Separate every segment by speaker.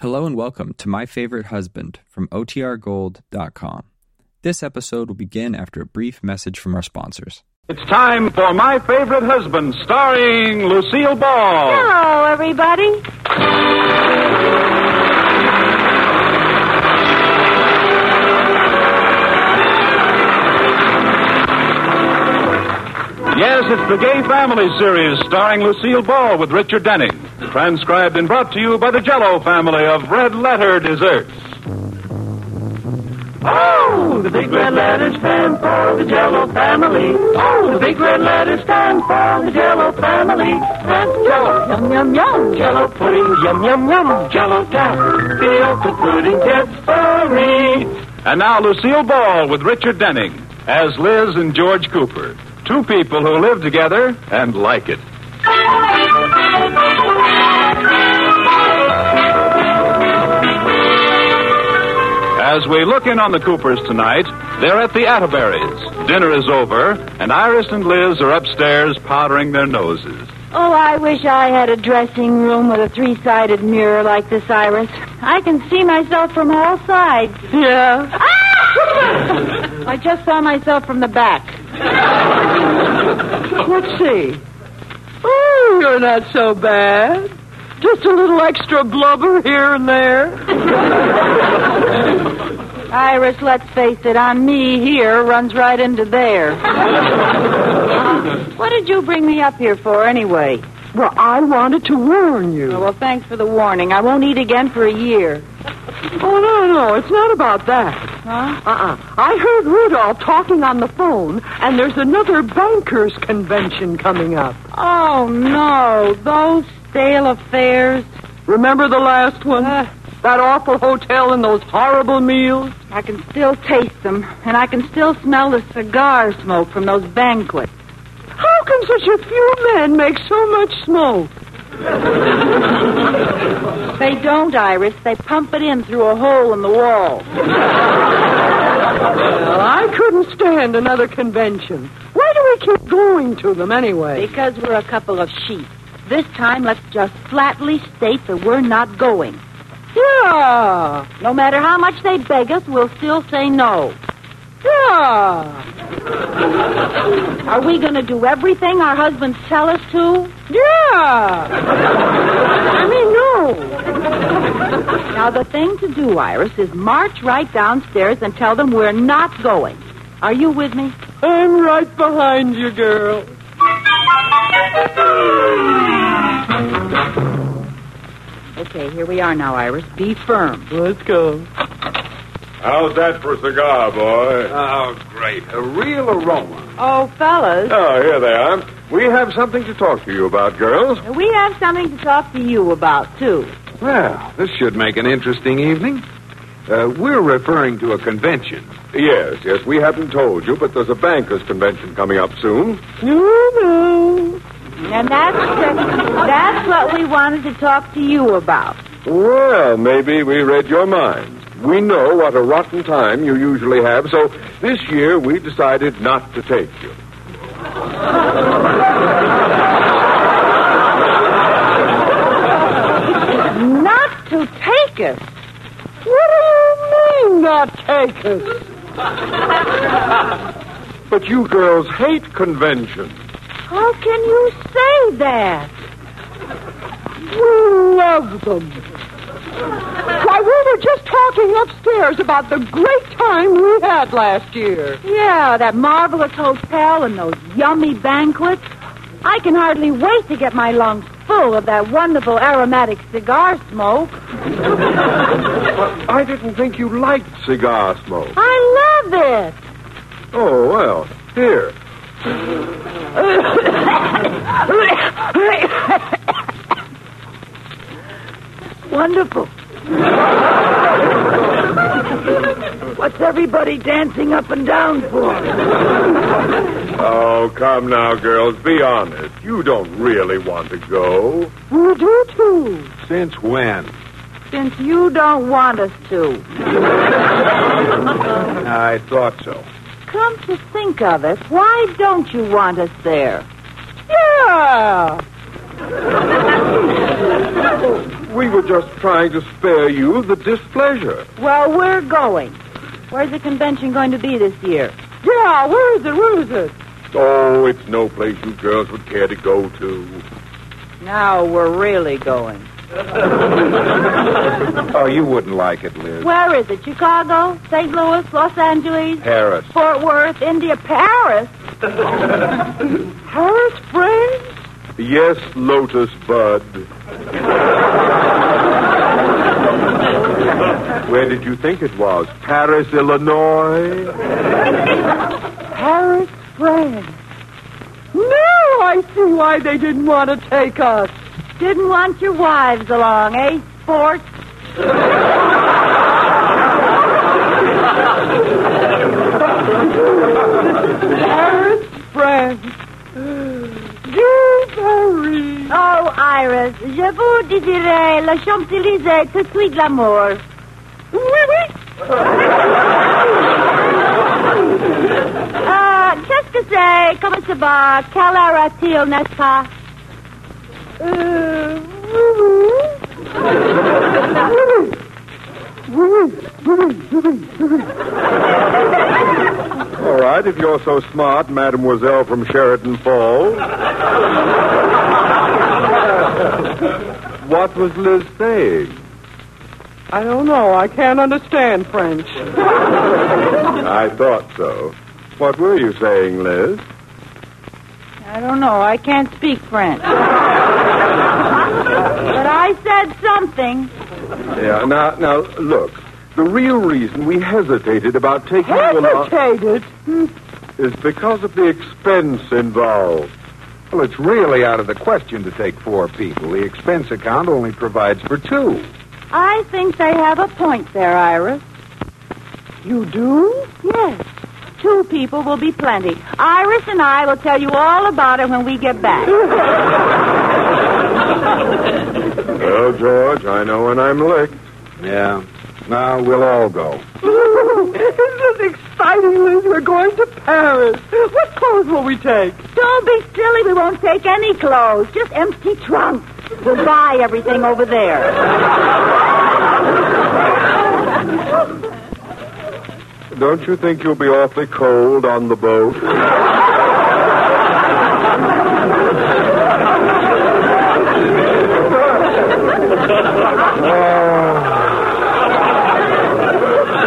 Speaker 1: Hello and welcome to My Favorite Husband from OTRGold.com. This episode will begin after a brief message from our sponsors.
Speaker 2: It's time for My Favorite Husband, starring Lucille Ball.
Speaker 3: Hello, everybody.
Speaker 2: Yes, it's the Gay Family series starring Lucille Ball with Richard Denning. Transcribed and brought to you by the Jello family of Red Letter Desserts.
Speaker 4: Oh, the big red letters stand for the Jello family. Oh, the big red letters stand for the Jello family. And Jello, yum yum yum. Jello pudding, yum yum yum. Jello tap, feel the pudding gets furry.
Speaker 2: And now Lucille Ball with Richard Denning as Liz and George Cooper, two people who live together and like it. As we look in on the Coopers tonight, they're at the Atterberries. Dinner is over, and Iris and Liz are upstairs powdering their noses.
Speaker 3: Oh, I wish I had a dressing room with a three sided mirror like this, Iris. I can see myself from all sides. Yeah. I just saw myself from the back.
Speaker 4: Let's see. Oh, you're not so bad. Just a little extra blubber here and there.
Speaker 3: Iris, let's face it, on me here runs right into there. Uh, what did you bring me up here for, anyway?
Speaker 4: Well, I wanted to warn you.
Speaker 3: Oh, well, thanks for the warning. I won't eat again for a year.
Speaker 4: Oh, no, no, it's not about that.
Speaker 3: Huh?
Speaker 4: Uh-uh. I heard Rudolph talking on the phone, and there's another bankers' convention coming up.
Speaker 3: Oh, no. Those stale affairs.
Speaker 4: Remember the last one? that awful hotel and those horrible meals?
Speaker 3: I can still taste them, and I can still smell the cigar smoke from those banquets.
Speaker 4: How can such a few men make so much smoke?
Speaker 3: They don't, Iris. They pump it in through a hole in the wall.
Speaker 4: Well, I couldn't stand another convention. Why do we keep going to them anyway?
Speaker 3: Because we're a couple of sheep. This time, let's just flatly state that we're not going.
Speaker 4: Yeah,
Speaker 3: No matter how much they beg us, we'll still say no.
Speaker 4: yeah,
Speaker 3: Are we going to do everything our husbands tell us to?
Speaker 4: yeah.
Speaker 3: I mean, no. now, the thing to do, Iris, is march right downstairs and tell them we're not going. Are you with me?
Speaker 4: I'm right behind you, girl.
Speaker 3: Okay, here we are now, Iris. Be firm.
Speaker 4: Let's go.
Speaker 5: How's that for a cigar, boy?
Speaker 2: Oh, great. A real aroma.
Speaker 3: Oh, fellas,
Speaker 5: Oh, here they are. We have something to talk to you about, girls.
Speaker 3: Uh, we have something to talk to you about, too.
Speaker 6: Well, this should make an interesting evening. Uh, we're referring to a convention.
Speaker 5: Yes, yes, we haven't told you, but there's a bankers' convention coming up soon.
Speaker 4: No, no.
Speaker 3: And that's, that's what we wanted to talk to you about.
Speaker 5: Well, maybe we read your minds. We know what a rotten time you usually have, so this year we decided not to take you.
Speaker 3: Not to take us.
Speaker 4: What do you mean, not take us?
Speaker 5: But you girls hate conventions.
Speaker 3: How can you say that?
Speaker 4: We love them. Why, we were just talking upstairs about the great time we had last year.
Speaker 3: Yeah, that marvelous hotel and those yummy banquets. I can hardly wait to get my lungs full of that wonderful aromatic cigar smoke.
Speaker 5: But I didn't think you liked cigar smoke.
Speaker 3: I love it.
Speaker 5: Oh, well, here.
Speaker 3: Wonderful. What's everybody dancing up and down for?
Speaker 5: Oh, come now, girls, be honest. You don't really want to go.
Speaker 4: We do, too.
Speaker 6: Since when?
Speaker 3: Since you don't want us to.
Speaker 6: I thought so.
Speaker 3: Come to think of it, why don't you want us there?
Speaker 4: Yeah.
Speaker 5: We were just trying to spare you the displeasure.
Speaker 3: Well, we're going. Where's the convention going to be this year?
Speaker 4: Yeah, where is it? Where is it?
Speaker 5: Oh, it's no place you girls would care to go to.
Speaker 3: Now we're really going.
Speaker 6: Oh, you wouldn't like it, Liz.
Speaker 3: Where is it? Chicago, St. Louis, Los Angeles,
Speaker 6: Paris.
Speaker 3: Fort Worth, India, Paris.
Speaker 4: Paris Springs?
Speaker 5: Yes, Lotus Bud. Where did you think it was? Paris, Illinois?
Speaker 4: Paris Springs. Now I see why they didn't want to take us.
Speaker 3: Didn't want your wives along, eh, sport?
Speaker 4: Paris Springs. You Paris.
Speaker 3: Oh, Iris, je vous désirais la Champs-Élysées tout de suite l'amour.
Speaker 4: Oui, oui.
Speaker 3: Euh, qu'est-ce que c'est? Comment ça va? Quelle heure a-t-il, n'est-ce pas? Uh,
Speaker 4: Euh, oui, oui. Oui, oui. Oui, oui, oui, oui, oui, oui.
Speaker 5: All right, if you're so smart, Mademoiselle from Sheraton Falls. what was Liz saying?
Speaker 4: I don't know. I can't understand French.
Speaker 5: I thought so. What were you saying, Liz?
Speaker 3: I don't know. I can't speak French. but I said something.
Speaker 5: Yeah, now, now, look. The real reason we hesitated about taking you along
Speaker 4: Hesitated.
Speaker 5: is because of the expense involved.
Speaker 6: Well, it's really out of the question to take four people. The expense account only provides for two.
Speaker 3: I think they have a point there, Iris.
Speaker 4: You do?
Speaker 3: Yes. Two people will be plenty. Iris and I will tell you all about it when we get back.
Speaker 5: Well, George, I know when I'm licked.
Speaker 6: Yeah. Now we'll all go.
Speaker 4: Isn't it exciting, Liz? We're going to Paris. What clothes will we take?
Speaker 3: Don't be silly. We won't take any clothes. Just empty trunks. We'll buy everything over there.
Speaker 5: Don't you think you'll be awfully cold on the boat?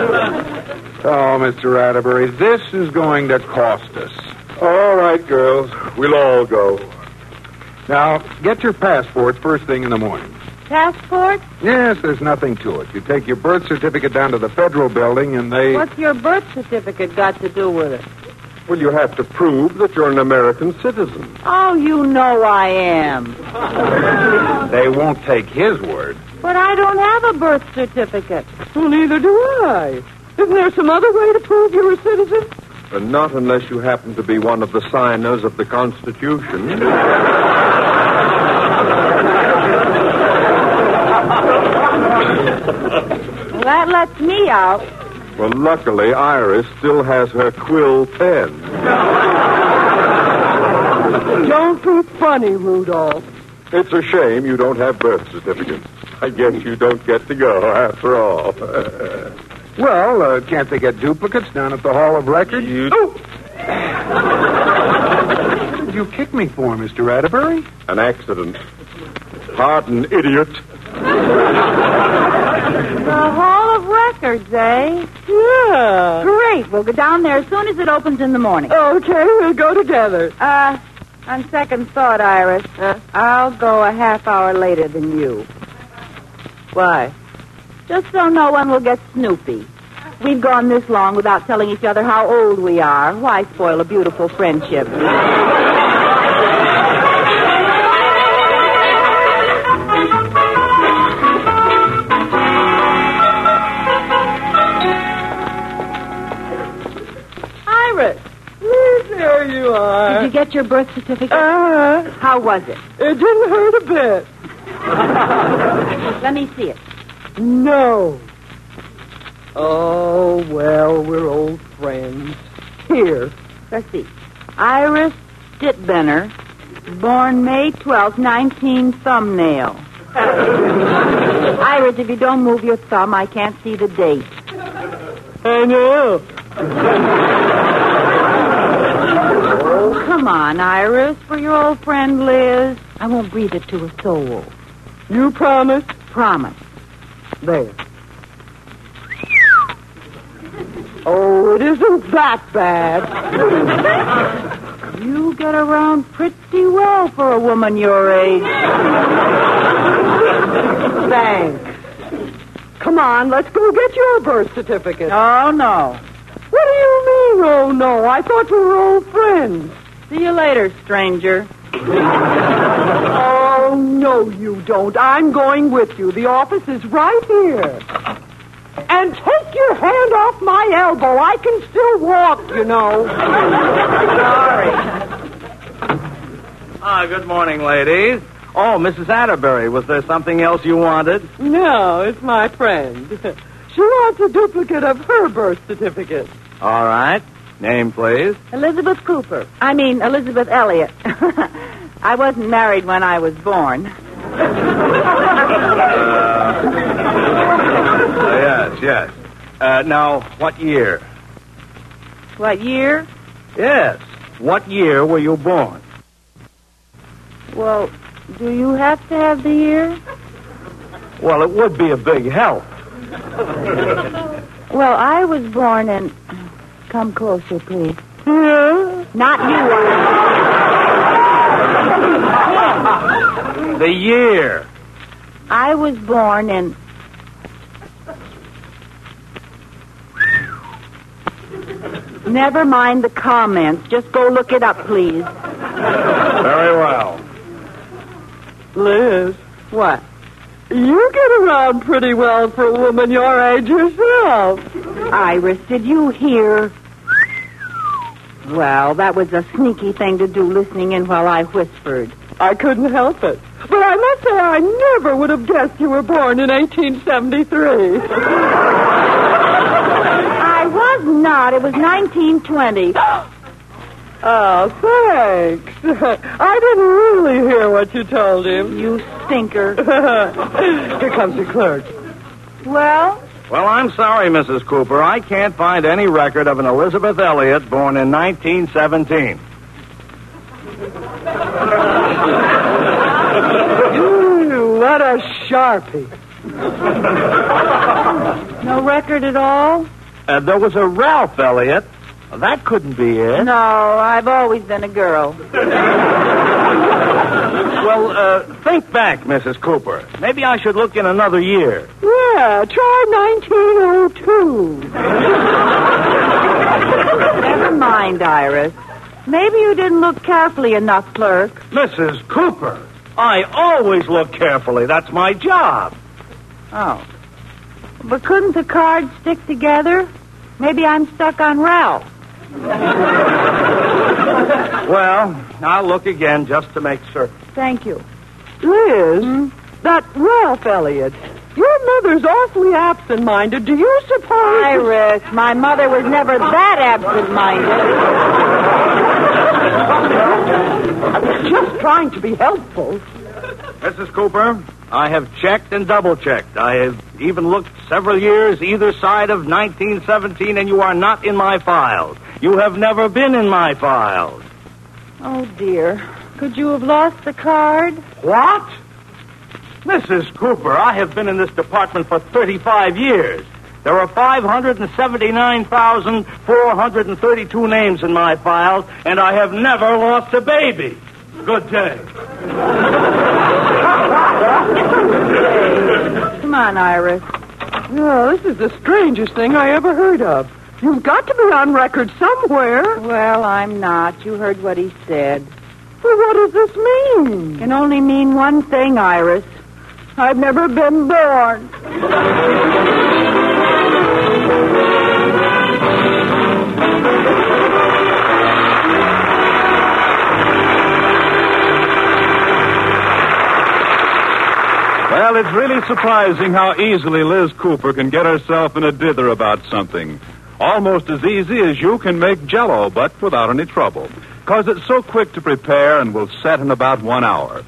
Speaker 6: Oh, Mr. Atterbury, this is going to cost us.
Speaker 5: All right, girls. We'll all go.
Speaker 6: Now, get your passport first thing in the morning.
Speaker 3: Passport?
Speaker 6: Yes, there's nothing to it. You take your birth certificate down to the federal building, and they.
Speaker 3: What's your birth certificate got to do with it?
Speaker 5: Well, you have to prove that you're an American citizen.
Speaker 3: Oh, you know I am.
Speaker 6: They won't take his word.
Speaker 3: But I don't have a birth certificate.
Speaker 4: Well, neither do I. Isn't there some other way to prove you're a citizen?
Speaker 5: And not unless you happen to be one of the signers of the Constitution.
Speaker 3: Well, that lets me out.
Speaker 5: Well, luckily, Iris still has her quill pen.
Speaker 4: Don't be funny, Rudolph.
Speaker 5: It's a shame you don't have birth certificates. I guess you don't get to go after all.
Speaker 6: Well, uh, can't they get duplicates down at the Hall of Records?
Speaker 5: You-
Speaker 6: Oh! What'd you kick me for, Mr. Atterbury?
Speaker 5: An accident. Pardon, idiot.
Speaker 3: The Hall of Records, eh?
Speaker 4: Yeah.
Speaker 3: Great. We'll go down there as soon as it opens in the morning.
Speaker 4: Okay, we'll go together.
Speaker 3: Uh, on second thought, Iris, I'll go a half hour later than you.
Speaker 4: Why?
Speaker 3: Just so no one will get snoopy. We've gone this long without telling each other how old we are. Why spoil a beautiful friendship?
Speaker 4: Iris. Liz, there you
Speaker 3: Did
Speaker 4: are.
Speaker 3: you get your birth certificate?
Speaker 4: Uh-huh.
Speaker 3: how was it?
Speaker 4: It didn't hurt a bit.
Speaker 3: Let me see it.
Speaker 4: No. Oh, well, we're old friends. Here.
Speaker 3: Let's see. Iris Dittbenner, born May twelfth, 19 thumbnail. Iris, if you don't move your thumb, I can't see the date.
Speaker 4: I know.
Speaker 3: Oh, come on, Iris, for your old friend Liz. I won't breathe it to a soul.
Speaker 4: You promised.
Speaker 3: Promise.
Speaker 4: There. Oh, it isn't that bad.
Speaker 3: You get around pretty well for a woman your age.
Speaker 4: Thanks. Come on, let's go get your birth certificate.
Speaker 3: Oh, no.
Speaker 4: What do you mean, oh no? I thought we were old friends.
Speaker 3: See you later, stranger.
Speaker 4: Oh, no, you don't. I'm going with you. The office is right here. And take your hand off my elbow. I can still walk, you know. Sorry.
Speaker 7: Ah, good morning, ladies. Oh, Mrs. Atterbury, was there something else you wanted?
Speaker 4: No, it's my friend. She wants a duplicate of her birth certificate.
Speaker 7: All right. Name, please.
Speaker 3: Elizabeth Cooper. I mean, Elizabeth Elliot. I wasn't married when I was born.
Speaker 7: yes, yes. Uh, now, what year?
Speaker 3: What year?
Speaker 7: Yes. What year were you born?
Speaker 3: Well, do you have to have the year?
Speaker 7: Well, it would be a big help.
Speaker 3: Well, I was born in. Come closer, please. Not you, Iris.
Speaker 7: The year.
Speaker 3: I was born in. Never mind the comments. Just go look it up, please.
Speaker 7: Very well.
Speaker 4: Liz,
Speaker 3: What?
Speaker 4: you get around pretty well for a woman your age yourself.
Speaker 3: Iris, did you hear? Well, that was a sneaky thing to do, listening in while I whispered.
Speaker 4: I couldn't help it. But I must say, I never would have guessed you were born in 1873.
Speaker 3: I was not. It was 1920.
Speaker 4: Oh, thanks. I didn't really hear what you told him.
Speaker 3: You stinker.
Speaker 4: Here comes your clerk.
Speaker 3: Well,
Speaker 7: Well, I'm sorry, Mrs. Cooper. I can't find any record of an Elizabeth Elliot born in 1917.
Speaker 4: Ooh, what a sharpie.
Speaker 3: no record at all?
Speaker 7: Uh, there was a Ralph Elliot. That couldn't be it.
Speaker 3: No, I've always been a girl.
Speaker 7: Well, uh, think back, Mrs. Cooper. Maybe I should look in another year.
Speaker 4: Yeah, try 1902.
Speaker 3: Never mind, Iris. Maybe you didn't look carefully enough, clerk.
Speaker 7: Mrs. Cooper? I always look carefully. That's my job.
Speaker 3: Oh. But couldn't the cards stick together? Maybe I'm stuck on Ralph.
Speaker 7: Well, I'll look again just to make certain.
Speaker 3: Thank you.
Speaker 4: Liz, that Ralph Elliot. Your mother's awfully absent-minded. Do you suppose...
Speaker 3: Iris, my mother was never that absent-minded.
Speaker 4: Just trying to be helpful.
Speaker 7: Mrs. Cooper, I have checked and double checked. I have even looked several years either side of 1917, and you are not in my files. You have never been in my files.
Speaker 3: Oh, dear. Could you have lost the card?
Speaker 7: What? Mrs. Cooper, I have been in this department for 35 years. There are 579,432 names in my files, and I have never lost a baby. Good day.
Speaker 3: Come on, Iris.
Speaker 4: Oh, this is the strangest thing I ever heard of. You've got to be on record somewhere.
Speaker 3: Well, I'm not. You heard what he said.
Speaker 4: Well, what does this mean?
Speaker 3: Can only mean one thing, Iris.
Speaker 4: I've never been born.
Speaker 2: Well, it's really surprising how easily Liz Cooper can get herself in a dither about something. Almost as easy as you can make jello, but without any trouble. Because it's so quick to prepare and will set in about one hour.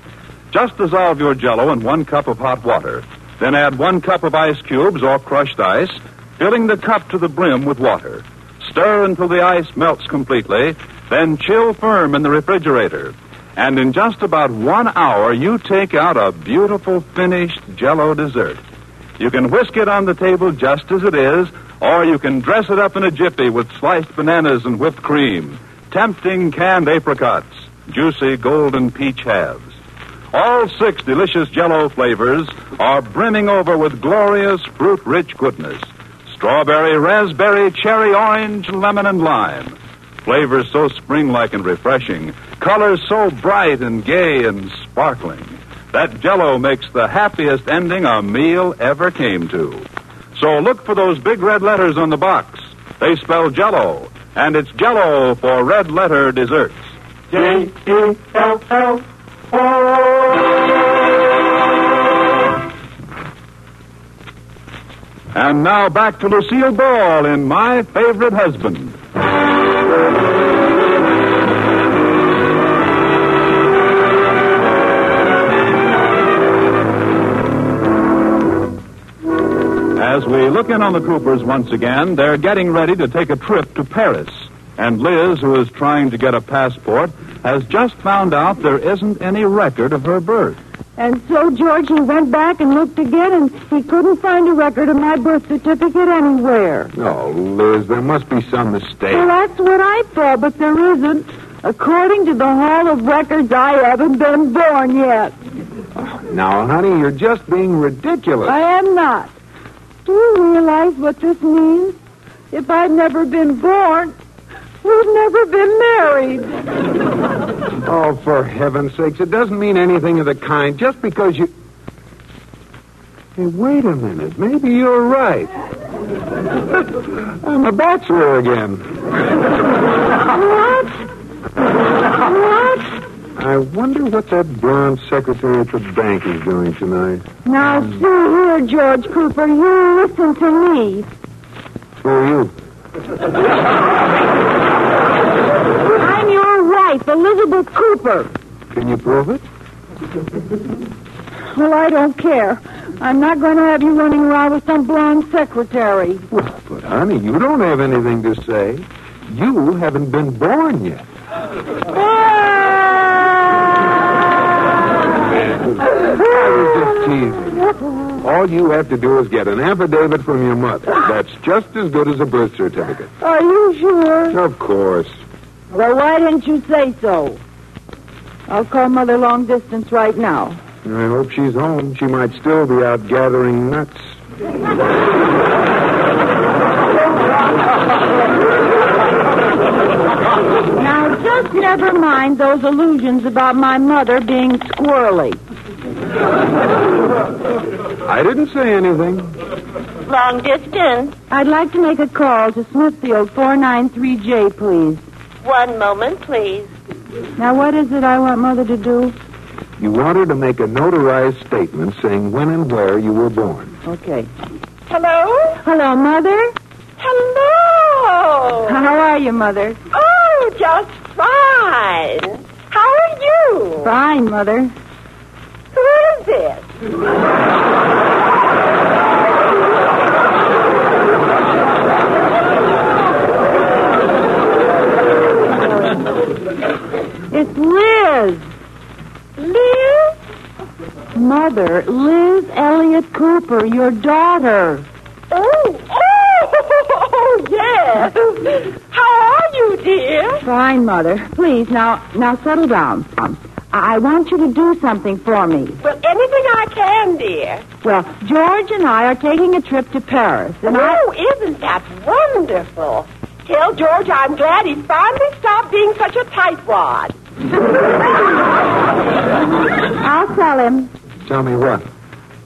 Speaker 2: Just dissolve your jello in one cup of hot water. Then add one cup of ice cubes or crushed ice, filling the cup to the brim with water. Stir until the ice melts completely, then chill firm in the refrigerator. And in just about one hour, you take out a beautiful finished jello dessert. You can whisk it on the table just as it is, or you can dress it up in a jiffy with sliced bananas and whipped cream, tempting canned apricots, juicy golden peach halves. All six delicious jello flavors are brimming over with glorious fruit rich goodness strawberry, raspberry, cherry, orange, lemon, and lime. Flavors so spring like and refreshing, colors so bright and gay and sparkling. That jello makes the happiest ending a meal ever came to. So look for those big red letters on the box. They spell jello, and it's jello for red letter desserts.
Speaker 4: J E L L
Speaker 2: And now back to Lucille Ball in My Favorite Husband. As we look in on the Coopers once again, they're getting ready to take a trip to Paris. And Liz, who is trying to get a passport, has just found out there isn't any record of her birth.
Speaker 3: And so, George, he went back and looked again, and he couldn't find a record of my birth certificate anywhere.
Speaker 6: Oh, Liz, there must be some
Speaker 3: Well,
Speaker 6: mistake.
Speaker 3: that's what I thought, but there isn't. According to the Hall of Records, I haven't been born yet.
Speaker 6: Now, honey, you're just being ridiculous.
Speaker 3: I am not. Do you realize what this means? If I'd never been born, we'd never been married.
Speaker 6: Oh, for heaven's sakes, it doesn't mean anything of the kind just because you. Hey, wait a minute. Maybe you're right. I'm a bachelor again.
Speaker 3: What? What?
Speaker 6: I wonder what that blonde secretary at the bank is doing tonight.
Speaker 3: Now, see here, George Cooper, you listen to me.
Speaker 6: Who are you?
Speaker 3: I'm your wife, Elizabeth Cooper.
Speaker 6: Can you prove it?
Speaker 3: Well, I don't care. I'm not going to have you running around with some blonde secretary.
Speaker 6: Well, but honey, you don't have anything to say. You haven't been born yet. I was just teasing. All you have to do is get an affidavit from your mother. That's just as good as a birth certificate.
Speaker 3: Are you sure?
Speaker 6: Of course.
Speaker 3: Well, why didn't you say so? I'll call Mother long distance right now.
Speaker 6: I hope she's home. She might still be out gathering nuts.
Speaker 3: Now, just never mind those illusions about my mother being squirrely.
Speaker 6: I didn't say anything.
Speaker 8: Long distance.
Speaker 3: I'd like to make a call to Smithfield 493J, please.
Speaker 8: One moment, please.
Speaker 3: Now, what is it I want Mother to do?
Speaker 6: You want her to make a notarized statement saying when and where you were born.
Speaker 3: Okay.
Speaker 8: Hello?
Speaker 3: Hello, Mother.
Speaker 8: Hello!
Speaker 3: How are you, Mother?
Speaker 8: Oh, just fine. How are you?
Speaker 3: Fine, Mother.
Speaker 8: Who is it?
Speaker 3: It's Liz.
Speaker 8: Liz?
Speaker 3: Mother, Liz Elliott Cooper, your daughter.
Speaker 8: Oh, oh, yes. How are you, dear?
Speaker 3: Fine, Mother. Please, now, now settle down. Um, I I want you to do something for me.
Speaker 8: Well, anything I can, dear.
Speaker 3: Well, George and I are taking a trip to Paris, and I...
Speaker 8: Oh, isn't that wonderful? Tell George I'm glad he finally stopped being such a tightwad.
Speaker 3: I'll tell him.
Speaker 6: Tell me what.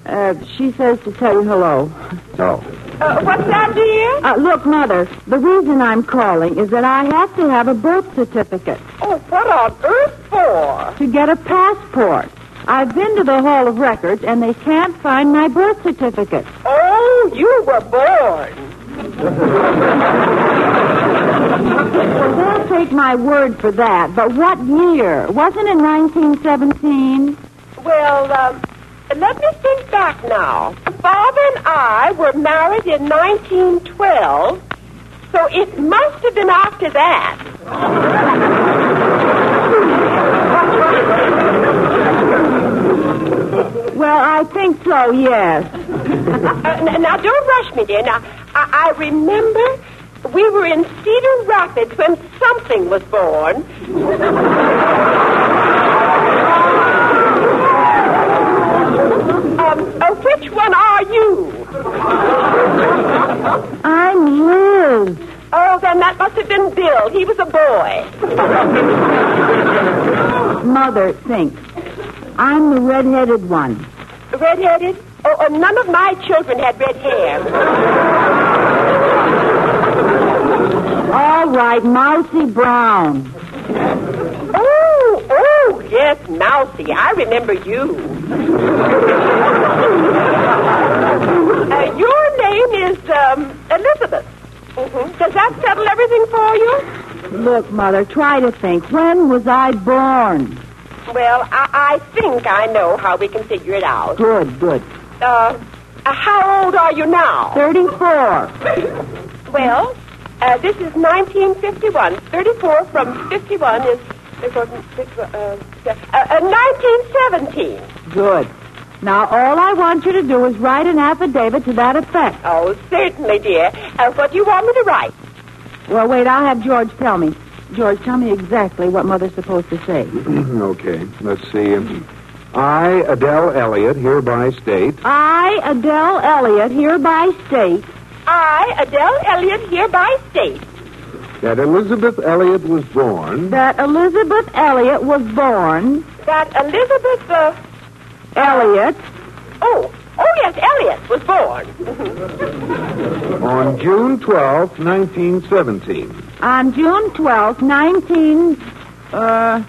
Speaker 3: Uh, she says to tell you hello.
Speaker 6: Oh.
Speaker 8: Uh, what's that, dear?
Speaker 3: Uh, look, Mother, the reason I'm calling is that I have to have a birth certificate
Speaker 8: Oh, what on earth for?
Speaker 3: to get a passport. I've been to the Hall of Records, and they can't find my birth certificate.
Speaker 8: Oh, you were born.
Speaker 3: Well, they'll take my word for that, but what year? Wasn't it 1917?
Speaker 8: Well, um, let me think back now. Father and I were married in 1912, so it must have been after that.
Speaker 3: Well, I think so, yes.
Speaker 8: Uh, n- now, don't rush me, dear. Now, I-, I remember we were in Cedar Rapids when something was born. um, uh, which one are you?
Speaker 3: I'm Liz.
Speaker 8: Oh, then that must have been Bill. He was a boy.
Speaker 3: Mother thinks. I'm the red-headed one.
Speaker 8: Red-headed? Oh, oh, none of my children had red hair.
Speaker 3: All right, Mousy Brown.
Speaker 8: Oh, oh, yes, Mousy. I remember you. uh, your name is um, Elizabeth. hmm Does that settle everything for you?
Speaker 3: Look, Mother, try to think. When was I born?
Speaker 8: Well, I, I think I know how we can figure it out.
Speaker 3: Good, good.
Speaker 8: Uh, uh, how old are you now?
Speaker 3: 34.
Speaker 8: Well, uh, this is 1951. 34 from 51 is. 34 from 51, Uh, uh, uh, 1917.
Speaker 3: Good. Now, all I want you to do is write an affidavit to that effect.
Speaker 8: Oh, certainly, dear. Uh, what do you want me to write?
Speaker 3: Well, wait, I'll have George tell me. George, tell me exactly what Mother's supposed to say.
Speaker 6: okay, let's see. I, Adele Elliott, hereby state.
Speaker 3: I, Adele Elliott, hereby state
Speaker 8: I, Adele Elliott, hereby state
Speaker 6: that Elizabeth Elliott was born.
Speaker 3: that Elizabeth Elliott was born.
Speaker 8: that Elizabeth, uh,
Speaker 3: Elliott.
Speaker 8: oh, oh yes, Elliott was born.
Speaker 6: On June 12, 1917.
Speaker 3: on June twelfth, 19, uh,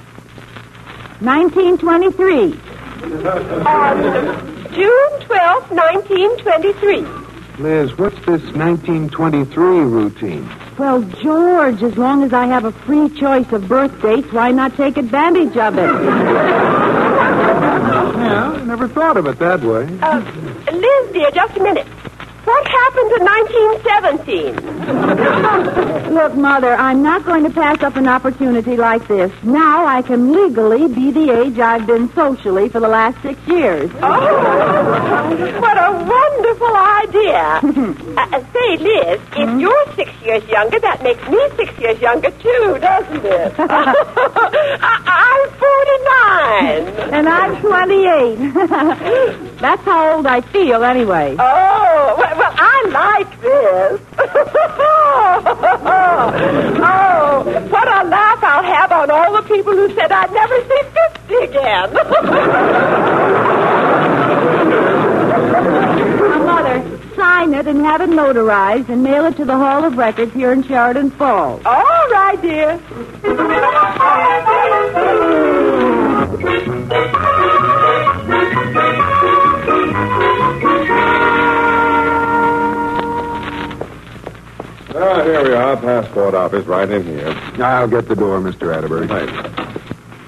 Speaker 3: 1923.
Speaker 8: On June 12, 1923.
Speaker 6: Liz, what's this 1923 routine?
Speaker 3: Well, George, as long as I have a free choice of birth dates, why not take advantage of it?
Speaker 6: Yeah, I never thought of it that way.
Speaker 8: Uh, Liz, dear, just a minute. What happened in 1917?
Speaker 3: Look, Mother, I'm not going to pass up an opportunity like this. Now I can legally be the age I've been socially for the last six years.
Speaker 8: Oh, what a wonderful idea. Uh, uh, say, Liz, if you're six years younger, that makes me six years younger, too, doesn't it? I- I'm 49.
Speaker 3: And I'm 28. That's how old I feel, anyway.
Speaker 8: Oh, well, well, I like this. oh, what a laugh I'll have on all the people who said I'd never see 50 again.
Speaker 3: Now, Mother, sign it and have it notarized and mail it to the Hall of Records here in Sheridan Falls.
Speaker 8: all right, dear.
Speaker 5: Ah, here we are, passport office, right in here.
Speaker 6: I'll get the door, Mr. Atterbury.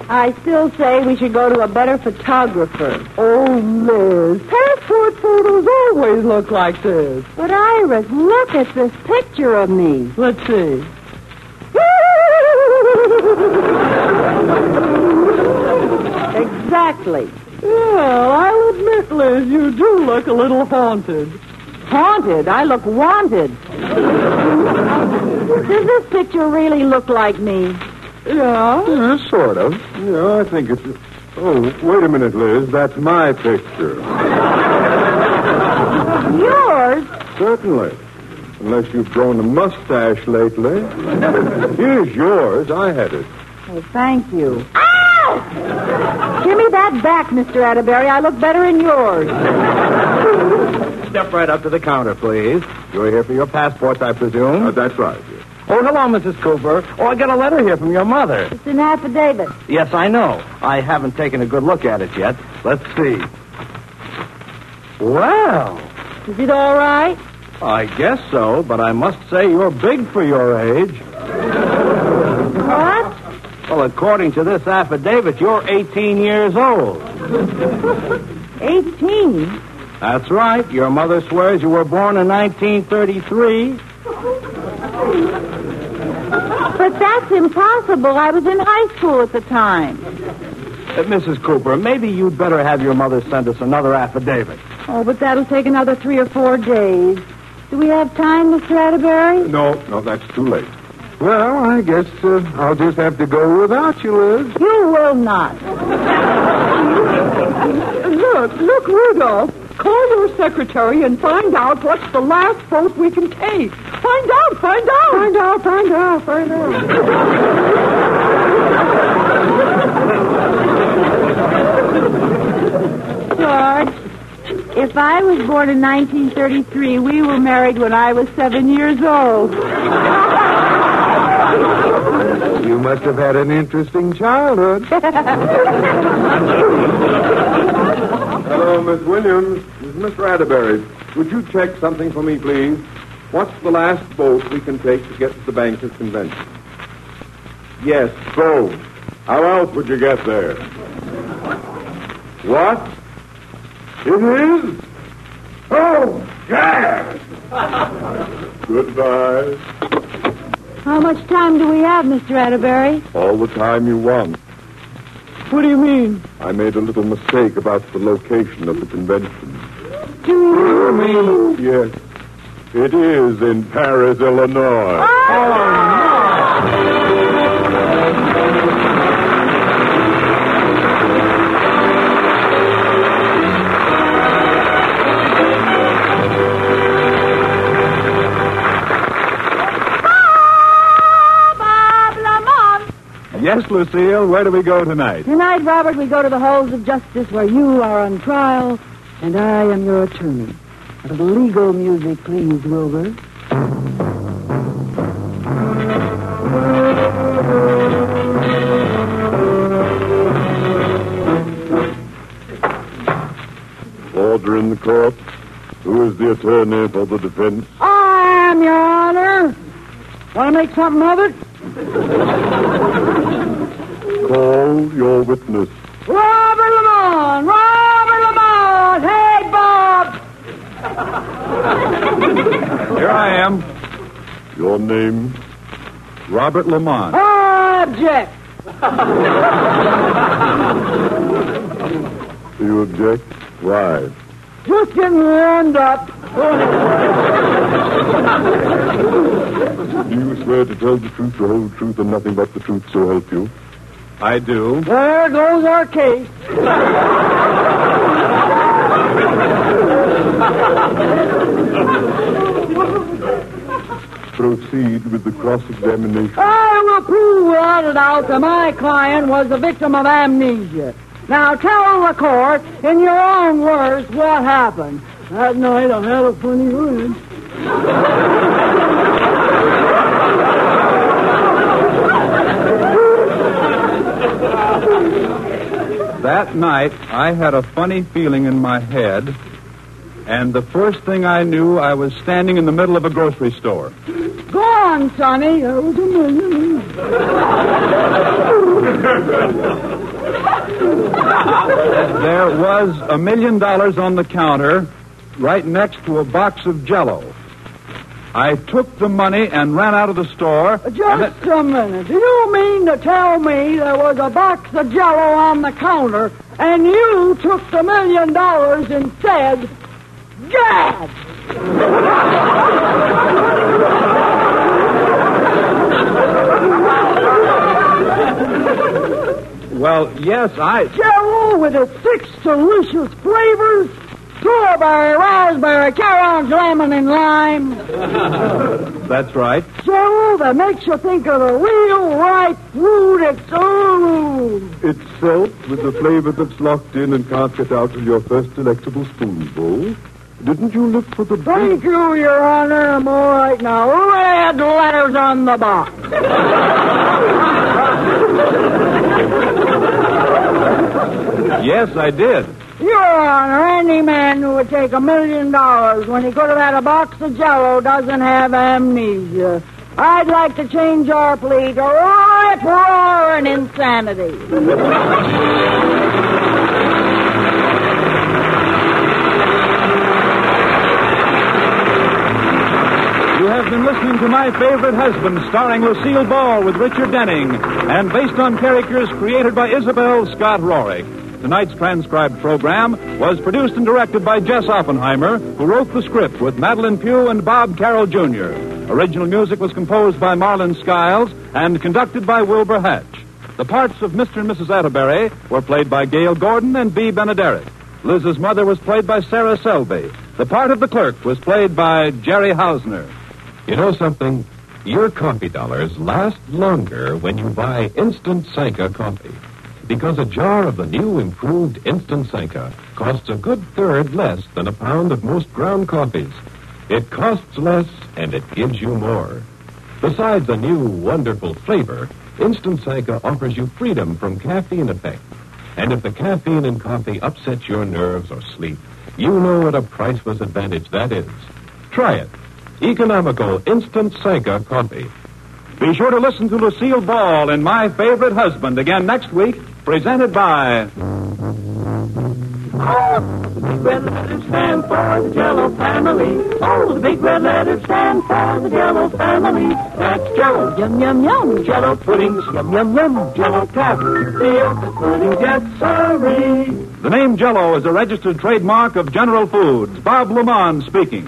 Speaker 3: I still say we should go to a better photographer. Oh, Liz, passport photos always look like this. But Iris, look at this picture of me. Let's see. exactly. Well, I'll admit, Liz, you do look a little haunted. Haunted? I look wanted. Does this picture really look like me?
Speaker 6: Yeah? sort of.
Speaker 5: Yeah, I think it's. Oh, wait a minute, Liz. That's my picture.
Speaker 3: Yours?
Speaker 5: Certainly. Unless you've grown a mustache lately. Here's yours. I had it.
Speaker 3: Well, thank you. Give me that back, Mr. Atterbury. I look better in yours.
Speaker 7: Step right up to the counter, please. You're here for your passports, I presume.
Speaker 5: Uh, that's right.
Speaker 7: Oh, hello, Mrs. Cooper. Oh, I got a letter here from your mother.
Speaker 3: It's an affidavit.
Speaker 7: Yes, I know. I haven't taken a good look at it yet. Let's see. Well,
Speaker 3: Is it all right?
Speaker 7: I guess so, but I must say you're big for your age.
Speaker 3: What?
Speaker 7: Oh, Well, according to this affidavit, you're 18 years old.
Speaker 3: 18.
Speaker 7: That's right. Your mother swears you were born in 1933.
Speaker 3: But that's impossible. I was in high school at the time.
Speaker 7: Uh, Mrs. Cooper, maybe you'd better have your mother send us another affidavit.
Speaker 3: Oh, but that'll take another three or four days. Do we have time, Mr. Atterbury?
Speaker 6: No, no, that's too late.
Speaker 9: Well, I guess uh, I'll just have to go without you, Liz.
Speaker 3: You will not.
Speaker 4: Look, look, Rudolph. Call your secretary and find out what's the last vote we can take. Find out, find out. Find out, find out, find out.
Speaker 3: George, if I was born in 1933, we were married when I was seven years old.
Speaker 9: You must have had an interesting childhood.
Speaker 6: Hello, Miss Williams. This is Mr. Atterbury. Would you check something for me, please? What's the last vote we can take to get to the bankers' convention? Yes, vote. How else would you get there? What? It is? Oh, God! Goodbye.
Speaker 3: How much time do we have, Mr. Atterbury?
Speaker 6: All the time you want.
Speaker 3: What do you mean?
Speaker 6: I made a little mistake about the location of the convention.
Speaker 3: Do you...
Speaker 6: Yes. It is in Paris, Illinois.
Speaker 2: Yes, Lucille, where do we go tonight?
Speaker 3: Tonight, Robert, we go to the halls of justice where you are on trial and I am your attorney. A little legal music, please, Wilbur.
Speaker 6: Order in the court. Who is the attorney for the defense?
Speaker 3: I am, Your Honor. Want to make something of it?
Speaker 6: Call your witness.
Speaker 3: Robert Lamont! Robert Lamont! Hey, Bob!
Speaker 2: Here I am,
Speaker 6: Your name?
Speaker 2: Robert Lamont.
Speaker 3: Object!
Speaker 6: Do you object? Why?
Speaker 3: Just getting warmed up.
Speaker 6: Do you swear to tell the truth, the whole truth, and nothing but the truth, so help you?
Speaker 2: I do.
Speaker 3: There goes our case.
Speaker 6: Proceed with the cross-examination.
Speaker 3: I will prove without a doubt that my client was the victim of amnesia. Now tell the court, in your own words, what happened. That night I had a funny dream.
Speaker 2: That night, I had a funny feeling in my head, and the first thing I knew, I was standing in the middle of a grocery store.
Speaker 3: Go on, Sonny. That was a million.
Speaker 2: There was a million dollars on the counter, right next to a box of jello. I took the money and ran out of the store. and it-
Speaker 4: Just a minute. Do you mean to tell me there was a box of jello on the counter and you took the million dollars and said, Gad!
Speaker 2: well, yes, I.
Speaker 4: Jello with its six delicious flavors strawberry, raspberry, carob, lemon, and lime.
Speaker 2: That's right.
Speaker 4: Jello that makes you think of the real ripe fruit it's own.
Speaker 6: It's salt with the flavor that's locked in and can't get out of your first delectable spoonful. Didn't you look for the
Speaker 4: Thank
Speaker 6: big...
Speaker 4: you, Your Honor. I'm all right now. Red letters on the box.
Speaker 2: Yes, I did.
Speaker 4: Your Honor, any man who would take a million dollars when he could have had a box of jello doesn't have amnesia. I'd like to change our plea to Roy
Speaker 10: that roaring insanity.
Speaker 2: You have been listening to My Favorite Husband, starring Lucille Ball with Richard Denning, and based on characters created by Isabel Scott Rorick. Tonight's transcribed program was produced and directed by Jess Oppenheimer, who wrote the script with Madeline Pugh and Bob Carroll Jr. Original music was composed by Marlon Skiles and conducted by Wilbur Hatch. The parts of Mr. and Mrs. Atterbury were played by Gail Gordon and B. Benederick. Liz's mother was played by Sarah Selby. The part of the clerk was played by Jerry Hausner.
Speaker 11: You know something? Your coffee dollars last longer when you buy Instant Sanka coffee. Because a jar of the new improved Instant Sanka costs a good third less than a pound of most ground coffees. It costs less and it gives you more. Besides a new wonderful flavor, Instant Sanka offers you freedom from caffeine effect. And if the caffeine in coffee upsets your nerves or sleep, you know what a priceless advantage that is. Try it. Economical Instant Sanka Coffee.
Speaker 2: Be sure to listen to Lucille Ball in My Favorite Husband again next week, presented by.
Speaker 4: big red letters stand for the Jello family. Oh, the big red letters stand for the Jello family. That's Jello, yum yum yum. Jello puddings, yum yum yum. Jello cap, the pudding gets sorry.
Speaker 2: The name Jello is a registered trademark of General Foods. Bob Lamont speaking.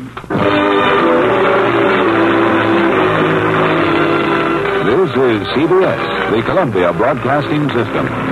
Speaker 12: This is CBS, the Columbia Broadcasting System.